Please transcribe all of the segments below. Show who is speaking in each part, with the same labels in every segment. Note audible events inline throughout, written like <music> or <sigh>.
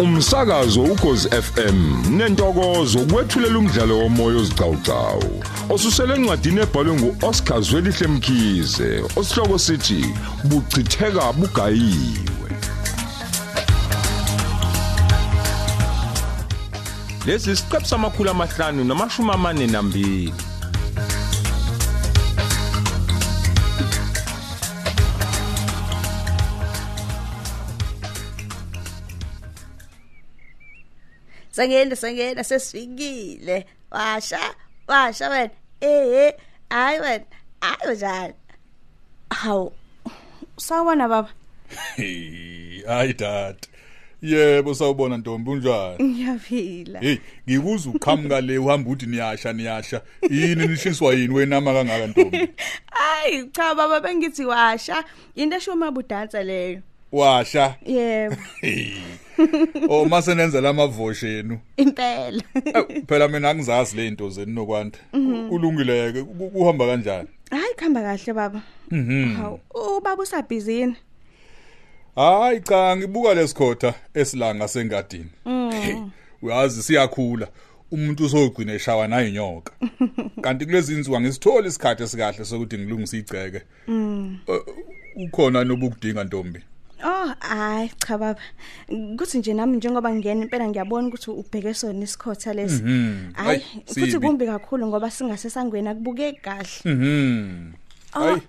Speaker 1: Umsakazo ukhozi FM nentokozo kwethulela umdlalo womoya ozicawucawu osusele encwadini ebhalwe nguOscar Zwelihle Mkhize osihloko sithi buchitheka bugayiwe Lesi siqephu samakhulu amahlanu namashumi amane nambili
Speaker 2: sengena sengena sesifikile washa washa wena eh hayi wena hayi njani hawu sawona baba
Speaker 3: Hayi dad. Yebo sawubona Ntombi unjani?
Speaker 2: ngiyaphila
Speaker 3: Hey, ngikuza uqhamuka le uhamba uthi niyasha niyasha. Yini nishiswa yini wenama kangaka Ntombi?
Speaker 2: hayi cha baba bengithi washa into eshoma budansa leyo
Speaker 3: Washa.
Speaker 2: yebo
Speaker 3: Hey. Oh mase nenza lamavoshe yenu.
Speaker 2: impela <laughs>
Speaker 3: Awu, Phela mina angizazi le into zenu nokwanda. Kulungile ke ku- kuhamba kanjani?
Speaker 2: hayi khamba kahle baba hawu Oh, ubaba usabhizini
Speaker 3: Hayi cha ngibuka lesikhotha esilanga sengadini. Hey, Uyazi siyakhula. Umuntu usogcina eshawa nayo inyoka. Kanti kulezi inzuwa ngisithola isikhathi esikahle sokuthi ngilungise igceke. Eh, Ukhona nobukudinga ntombi.
Speaker 2: Oh hayi cha baba kuthi nje nami njengoba ngiyena impela ngiyabona ukuthi ubheke sona isikhotha lesi hayi
Speaker 3: Mhm. Hayi,
Speaker 2: futhi
Speaker 3: sibi.
Speaker 2: kumbi kakhulu ngoba singase sangwena kubukeki kahle
Speaker 3: Mhm.
Speaker 2: Oh,
Speaker 3: Hayi.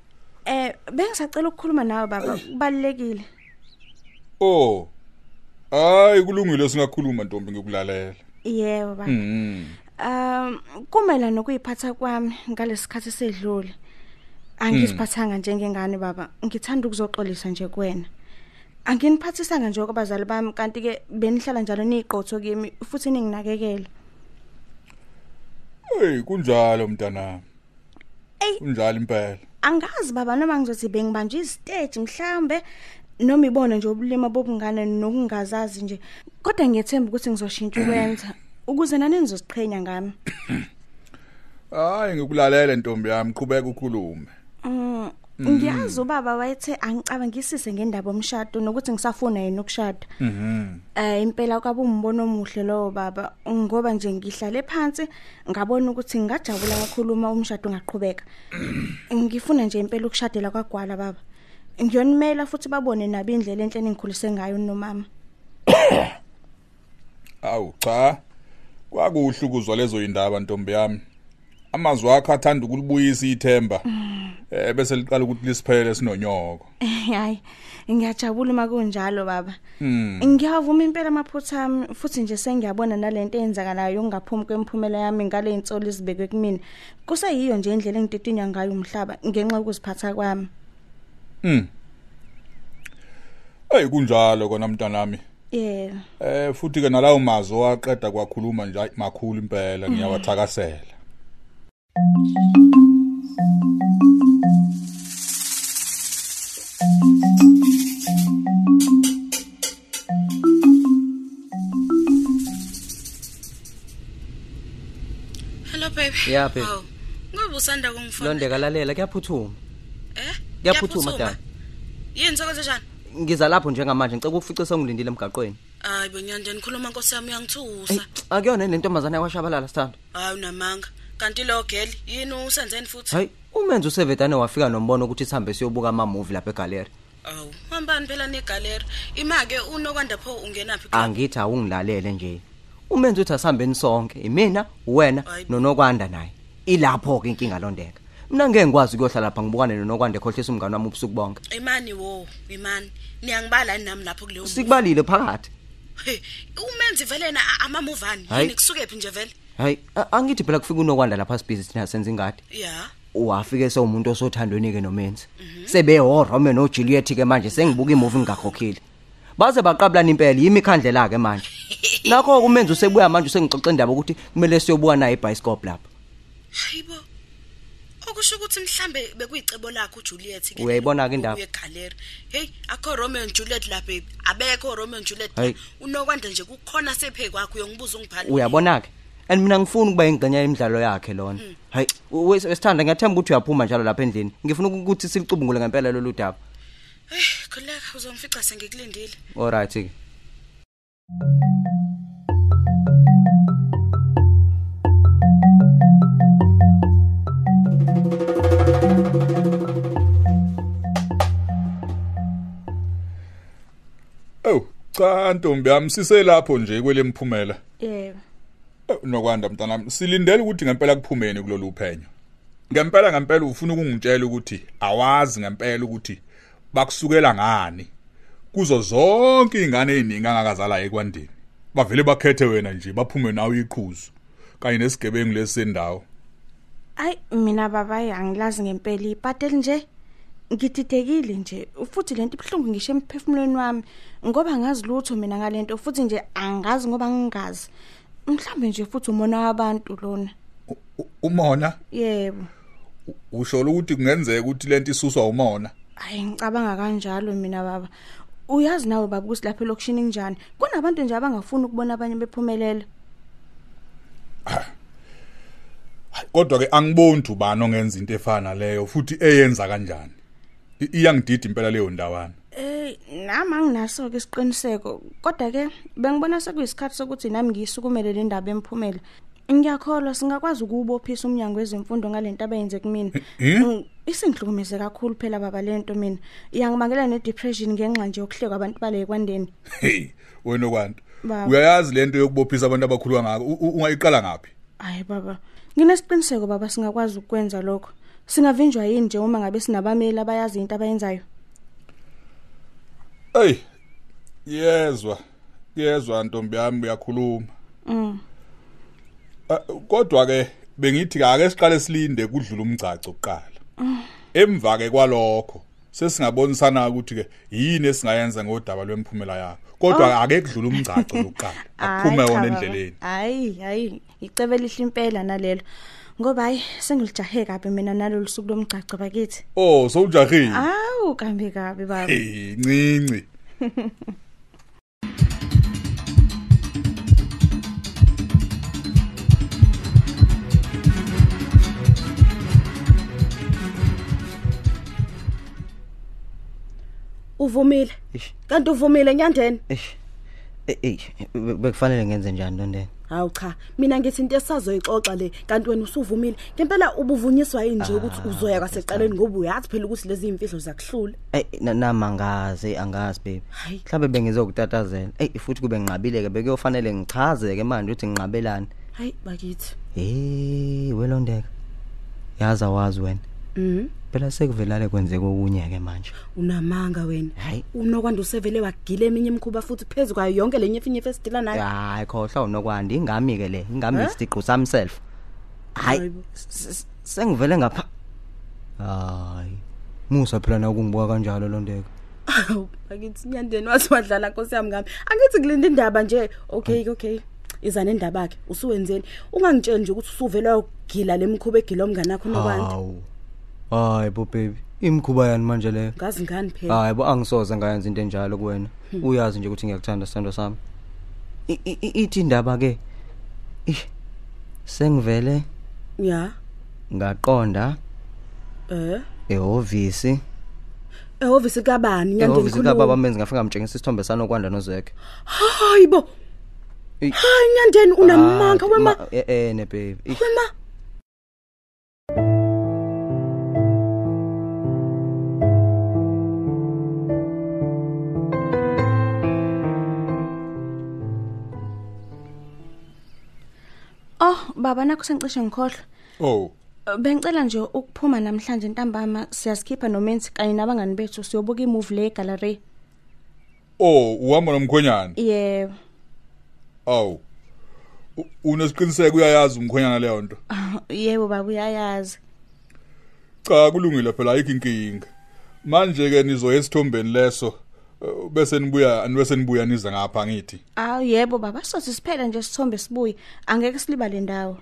Speaker 2: eh bengisacela ukukhuluma nawe baba kubalekile.
Speaker 3: Oh. Hayi kulungile singakhuluma ntombi ngikulalela.
Speaker 2: Yebo baba.
Speaker 3: Mhm.
Speaker 2: Um kumela nokuyiphatha kwami ngalesikhathi sedlule. Angiziphathanga njengengane baba. Ngithanda ukuzoxolisa nje kuwena. Anginiphathisanga nje kwabazali bami kanti ke benihlala njalo niqotho kimi futhi ninginakekela.
Speaker 3: Hey kunjalo mntanami.
Speaker 2: Ey.
Speaker 3: Kunjalo impela.
Speaker 2: Angazi baba noma ngizothi bengibanjwe istage mhlambe noma ibona nje ubulima bobungane nokungazazi nje. Kodwa ngiyethemba ukuthi ngizoshintsha ukwenza ukuze nani nizoziqhenya ngami.
Speaker 3: Hayi ngikulalela ntombi yami qhubeka ukhulume.
Speaker 2: Mm, ngiyazi ubaba wayethe angicabangisise ngendaba yomshado nokuthi ngisafuna yena ukushada.
Speaker 3: Mhm.
Speaker 2: Eh impela kwabe umbono omuhle lowo baba ngoba nje ngihlale phansi ngabona ukuthi ngingajabula ngakhuluma umshado ungaqhubeka. Ngifuna nje impela ukushadela kwagwala baba. Ngiyonimela futhi babone nabo indlela enhle engikhulise ngayo nomama.
Speaker 3: Awu cha. Kwakuhle ukuzwa lezo indaba ntombi yami. Amazwi akho athanda ukulibuyisa ithemba. Eh bese liqala ukuthi lisiphele sinonyoko.
Speaker 2: <laughs> Hayi ngiyajabula uma kunjalo baba.
Speaker 3: Mm.
Speaker 2: Ngiyavuma impela amaphutha ami futhi nje sengiyabona nalento eyenzakalayo yokungaphumi kwemiphumela yami ngale insolo izibekwe kumina. Kuseyiyo nje indlela engiditinya ngayo umhlaba ngenxa yokuziphatha kwami.
Speaker 3: Mm. Ey kunjalo kona mntanami.
Speaker 2: Yeah.
Speaker 3: Eh futhi ke nalawo mazwi owaqeda kwakhuluma nje ayi, makhulu impela ngiyawathakasela.
Speaker 4: Hello baby.
Speaker 5: Yeah, babe.
Speaker 4: Hawu, Ngoba usanda kungifona.
Speaker 5: Londeka lalela kuyaphuthuma.
Speaker 4: Eh?
Speaker 5: Kuyaphuthuma dad.
Speaker 4: Yini sokuze njani?
Speaker 5: Ngiza lapho njengamanje ngicela ukufice sengilindile emgaqweni.
Speaker 4: Hayi benyanjani nikhuluma nkosi yami
Speaker 5: Eyi,
Speaker 4: uyangithusa.
Speaker 5: Akuyona le ntombazana yakwashabalala sithando.
Speaker 4: Hayi unamanga. Kanti lo girl yini usenzeni futhi?
Speaker 5: Hayi, umenze uSevedane wafika nombono ukuthi sihambe siyobuka ama movie lapha egallery.
Speaker 4: Awu, hambani phela negallery. Imake unokwanda pho ungenaphi? club?
Speaker 5: Angithi awungilalele nje. Umenze uthi asihambeni sonke, imina, wena
Speaker 4: Hayi.
Speaker 5: nonokwanda naye. Ilapho ke inkinga londeka. Mina ngeke ngikwazi ukuyohlala lapha ngibukane nonokwanda ekhohlisa umngane wami ubusuku bonke.
Speaker 4: Imani wo, imani. Niyangibala nami lapho kuleyo. movie?
Speaker 5: Sikubalile phakathi.
Speaker 4: Hey, Umenzi vele na amamuvani.
Speaker 5: Hayi.
Speaker 4: Yini kusukephi nje vele?
Speaker 5: Hayi, a- angithi phela kufika unokwanda lapha sibhizi thina senza ingadi.
Speaker 4: Yeah.
Speaker 5: wafike sewumuntu osothandweni ke nomenzi sebehorome nojuliet ke manje sengibuka imovie ngingakhokhile baze baqabulana impela yimi ikhandlela ke manje nakho kumenza usebuya manje usengixoxa indaba ukuthi kumele siyobuka naye ibhayisikobhu lapha
Speaker 4: Hayibo. Okusho ukuthi mhlambe bekuyicebo lakhe uJuliet ke.
Speaker 5: Uyayibona-ke indaba.
Speaker 4: Uyegaleri. Hey, akho Romeo and Juliet la baby. Abekho Romeo and Juliet.
Speaker 5: Hayi.
Speaker 4: Unokwanda nje kukhona sephe kwakho uyongibuza ungibhale.
Speaker 5: uyabona-ke and mina ngifuna ukuba ingxenye yemidlalo yakhe lona hayi u- wes- wesithanda ngiyathemba ukuthi uyaphuma njalo lapha endlini ngifuna ukuthi silicubungule ngempela lolu daba
Speaker 4: Eh, khuleka uzongifica sengikulindile.
Speaker 5: olright-ke
Speaker 3: Oh, cha ntombi yami siselapho nje kwelemphumela.
Speaker 2: yebo
Speaker 3: Eh, Nokwanda mntanami, silindele ukuthi ngempela kuphumeni kulolu phenyo. Ngempela ngempela ufuna ukungitshela ukuthi awazi ngempela ukuthi bakusukela ngani. Kuzo zonke izingane eziningi angakazala ekwandeni. Bavele bakhethe wena nje baphume nawe iqhuzu. Kanye nesigebengu lesendawo.
Speaker 2: ayi mina baba ayi, angilazi ngempela ibhateli nje ngididekile nje futhi lento ibuhlungu ngisho emphefumulweni wami ngoba ngazi lutho mina ngalento futhi nje angazi ngoba ngingazi mhlambe nje futhi umona wabantu lona
Speaker 3: U- u- Umona
Speaker 2: yebo
Speaker 3: usho ukuthi kungenzeka ukuthi lento isuswa umona.
Speaker 2: hayi ngicabanga kanjalo mina baba uyazi nawe baba ukuthi lapha elokishini kunjani kunabantu nje abangafuni ukubona abanye bephumelela
Speaker 3: Kodwa ke angiboni ubani ongenza into efana naleyo futhi eyenza kanjani. I- Iyangidida impela leyo ndawana.
Speaker 2: Eh nami anginaso ke isiqiniseko kodwa ke bengibona sekuyisikhathi sokuthi nami ngiyisukumele le ndaba emphumela. Ngiyakholwa singakwazi ukubophisa umnyango wezemfundo ngalento abayenze kumina.
Speaker 3: Eh?
Speaker 2: Mm, Isingihlukumeze kakhulu phela baba lento mina. Iyangibangela ne depression ngenxa nje yokuhlekwa abantu bale kwandeni.
Speaker 3: Hey, wena okwanto.
Speaker 2: Baba.
Speaker 3: Uyayazi lento yokubophisa abantu abakhulu ngakho, u- u- ungayiqala ngapi?
Speaker 2: Hayi baba, nginesiqiniseko baba singakwazi ukwenza lokho. Singavinjwa yini nje uma ngabe sinabameli abayazi into abayenzayo?
Speaker 3: Hey. Yezwa. Yezwa ntombi yami uyakhuluma. Mm. Kodwa ke bengithi ake siqale silinde kudlule umgcaco kuqala. Emva ke kwalokho sesingabonisana ukuthi ke yini esingayenza ngodaba lwemphumela yakho. Kodwa ake kudlule umgcaco lokuqala. Akuphume
Speaker 2: Oh. <laughs> Hayi cha,
Speaker 3: wona
Speaker 2: baba.
Speaker 3: endleleni.
Speaker 2: hayi hayi icebe lihle impela nalelo ngoba hayi sengilijahe kabi mina nalolu suku lomgcagco bakithi
Speaker 3: Oh,
Speaker 2: Ah.
Speaker 3: sowujahile.
Speaker 2: awu kambi kabi baba
Speaker 3: Hey, ncinci.
Speaker 6: uvumile
Speaker 5: Eish.
Speaker 6: kanti uvumile nyandeni
Speaker 5: eish Eh, eh be- bekufanele ngenze njani Ntondeni
Speaker 6: hawu cha mina ngithi into esazoyixoxa le kanti wena usuvumile ngempela ubuvunyiswa yini nje ukuthi
Speaker 5: Ah,
Speaker 6: uzoya kwaseqaleni ngoba uyazi phela ukuthi lezi imfihlo ziyakuhlula
Speaker 5: Ey na- nami angazi angazi babe
Speaker 6: Hayi.
Speaker 5: mhlawumbe bengizokutatazela ey futhi kube nginqabile-ke bekuyofanele ngichazeke manje ukuthi nginqabelani
Speaker 6: hayi bakithi
Speaker 5: hey welondeka yazi awazi wena
Speaker 6: Mhm.
Speaker 5: phela sekuvelale kwenzeka okunye-ke manje
Speaker 6: unamanga wena
Speaker 5: Hayi.
Speaker 6: unokwanda usevele wagile eminye imikhuba futhi phezu kwayo yonke le nyefinyefu esidila nayo
Speaker 5: hayi khohlwa unokwanda ingami-ke le ingami isiqu sami self hayi
Speaker 6: Hayibo.
Speaker 5: s- s- sengivele ngapha hayi musa phela nakungibuka kanjalo lonteka
Speaker 6: Awu, bakithi nyandeni wathi wadlala nkosi yami ngami angithi kulinde indaba nje okay okay iza nendaba ke usuwenzeni ungangitsheli nje ukuthi usuvele wayogila le mikhuba egila omngane akho unokwanda
Speaker 5: hawu hayi bo baby imikhuba yani manje leyo
Speaker 6: ngazi ngani phela
Speaker 5: hayi bo angisoze ngayenza into enjalo kuwena
Speaker 6: Hmm.
Speaker 5: uyazi nje ukuthi ngiyakuthanda sithando sami I- i- i- ithi indaba ke ish, sengivele
Speaker 6: ya
Speaker 5: ngaqonda
Speaker 6: eh
Speaker 5: ehhovisi
Speaker 6: ehhovisi kabani nyandeni
Speaker 5: ehhovisi kababa
Speaker 6: khuluma
Speaker 5: amenzi ngafika ngimtshengisa isithombe sanokwanda nozekhe
Speaker 6: hayibo
Speaker 5: Eyi.
Speaker 6: hayi nyandeni unamanga
Speaker 5: Ah,
Speaker 6: wema
Speaker 5: ma- eh, eh ne baby Ish,
Speaker 6: wema
Speaker 2: oh baba nakho sengicishe ngikhohlwa
Speaker 3: Oh.
Speaker 2: Eh, bengicela nje ukuphuma namhlanje ntambama siyazikhipha nomenzi kanye nabangani bethu siyobuka imovie le gallery
Speaker 3: Oh, uhamba nomkhonyana.
Speaker 2: yebo
Speaker 3: Aw. U- Unesiqiniseko uyayazi umkhonyana leyo nto.
Speaker 2: yebo baba uyayazi
Speaker 3: Cha kulungile phela ayikho inkinga. Manje ke nizoya esithombeni leso eh, bese nibuya niwese nibuya niza ngapha ngithi.
Speaker 2: awu yebo baba sothi siphela nje sithombe sibuye angeke silibale ndawo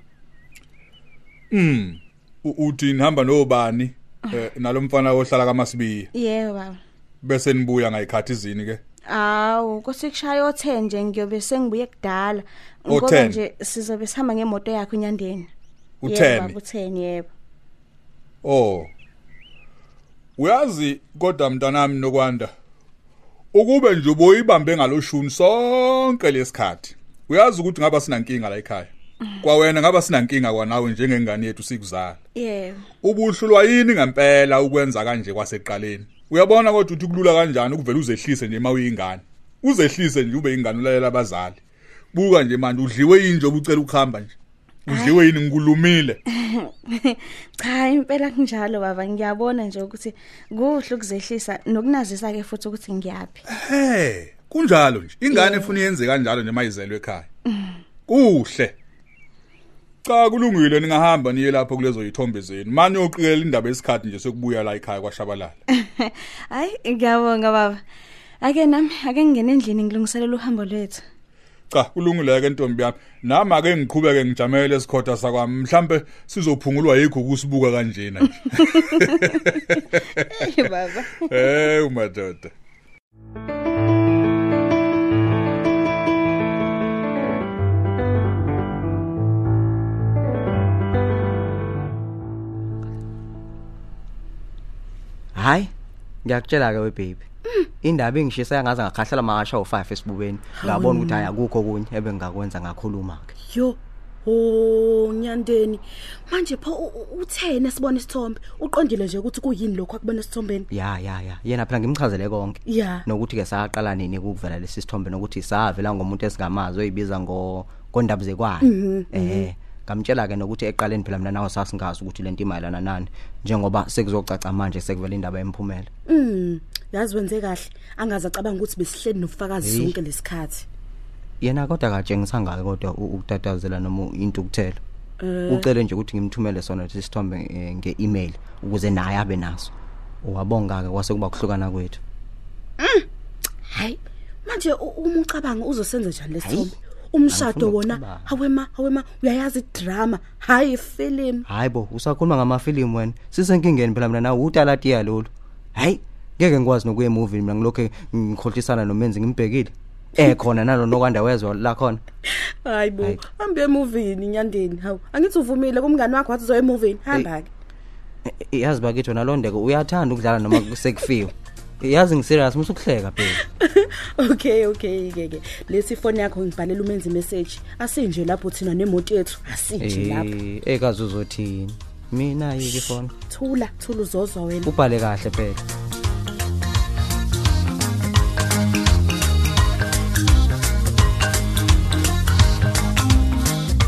Speaker 3: Mm. U- Uthi nihamba nobani eh, nalomfana ohlala kaMasibiya
Speaker 2: yebo baba
Speaker 3: bese nibuya ngayikhathi izini ke.
Speaker 2: Awu, kuse kushaya o10 nje ngiyobe sengibuye kudala. Ngoba
Speaker 3: 10?
Speaker 2: nje sizobe sihamba ngemoto yakho unyandeni. Yebo, baba,
Speaker 3: U10.
Speaker 2: u10 yebo.
Speaker 3: Oh. Uyazi kodwa mntanami nokwanda ukube nje uboyibambe ngaloshuni sonke lesikhathi uyazi ukuthi ngaba sinankinga la ekhaya kwawena ngaba sinankinga kwanawe njengengane yethu sikuzala
Speaker 2: yebo <laughs>
Speaker 3: ubuhlulwa yini ngempela ukwenza kanje kwaseqaleni uyabona kodwa ukuthi kulula kanjani ukuvela uzehlise nje mawuyingane uzehlise nje ube ingane ulalela abazali buka nje manje udliwe yini nje obucela ukuhamba nje udliwe yini ngikulumile
Speaker 2: cha impela kunjalo baba ngiyabona nje ukuthi kuhle ukuzehlisa nokunazisa ke futhi ukuthi ngiyaphi <laughs>
Speaker 3: he kunjalo nje ingane efuna iyenze kanjalo nje mayizelwe ekhaya kuhle cha kulungile ningahamba niye lapho kulezo yithombe zenu manje uqikelele indaba yesikhathi nje sokubuya la ekhaya kwashabalala
Speaker 2: hayi ngiyabonga baba ake nami ake ngingena endlini ngilungiselela uhambo lwethu
Speaker 3: cha kulungile ke ntombi yami nami ake ngiqhubeke ngijamele esikhotha sakwami mhlambe sizophungulwa yikho ukusibuka kanjena nje
Speaker 2: baba
Speaker 3: eh umadoda
Speaker 5: hayi ngiyakutshela-ke webhebi
Speaker 6: Hmm.
Speaker 5: indaba engishisayo ngaze ngakhahlela amakasha awu-five esibukweni ngabona ukuthi hayi akukho kunye ebengingakwenza ngakhuluma-ke
Speaker 6: yo ho nyandeni manje pho u- u- uthena sibona isithombe uqondile nje ukuthi kuyini lokho akubona esithombeni
Speaker 5: ya ya ya yena phela ngimchazele konke
Speaker 6: ya
Speaker 5: nokuthi-ke saqala nini ukuvela lesi sithombe nokuthi savela ngomuntu esingamazi oyibiza ngo- ngondabuzekwayo um ngamtshela-ke nokuthi eqaleni phela mina nawe sasingazi ukuthi le nto imayelana nani njengoba sekuzocaca manje sekuvela indaba yemiphumela
Speaker 6: mm yazi wenze kahle angaze acabanga ukuthi besihleli nobufakazi
Speaker 5: Hey.
Speaker 6: zonke lesikhathi
Speaker 5: yena kodwa katshengisangake kodwa u- ukutatazela noma u- into ukuthela ucele nje ukuthi ngimthumele sona lesi sithombe eh, nge-email ukuze naye abe naso wabonga-ke kwase kuba kuhlukana kwethu
Speaker 6: hayi manje u- uma ucabanga uzosenza njani
Speaker 5: Hayi,
Speaker 6: lesithombe umshado
Speaker 5: angifuni
Speaker 6: wona
Speaker 5: ukucabanga.
Speaker 6: hawema hawema uyayazi idrama hayi ifilimu
Speaker 5: hayi bo usakhuluma ngamafilimu wena sisenkingeni phela mina nawe utalatiya lolu hayi ngeke ngikwazi nokuya emovini mina ngilokhu ngikhohlisana nomenzi ngimbhekile ekhona nalo nokwanda wezwa lakhona
Speaker 6: hayi bo
Speaker 5: Hayi.
Speaker 6: hambe emovini nyandeni hawu angithi uvumile kumngani wakho wathi uzoya emovini hamba-ke
Speaker 5: I- Eh, yazi bakithi wena loo ndeko uyathanda ukudlala noma sekufiwe yazi ngiserious musukuhleka phela
Speaker 6: <laughs> okay okay ke ke lesi foni yakho ngibhalela umenze imeseji asinje lapho thina nemoto yethu asinje
Speaker 5: Eh.
Speaker 6: lapho
Speaker 5: ekazi uzothini mina yike ifoni
Speaker 6: thula thula uzozwa wena
Speaker 5: ubhale kahle phela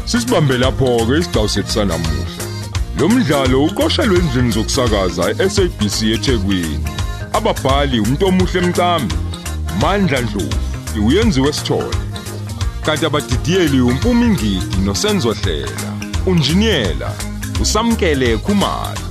Speaker 1: Sisibambe lapho ke isigcawu sethu sanamuhla. Lo mdlalo uqoshelwe endlini zokusakaza eSABC eThekwini. Ababhali umntomuhle Mcambi, Mandla Dlovu, uyenziwe sithole. Kanti abadidiyeli uMpumi Ngidi noSenzo Hlela, unjiniyela uSamkele Khumalo.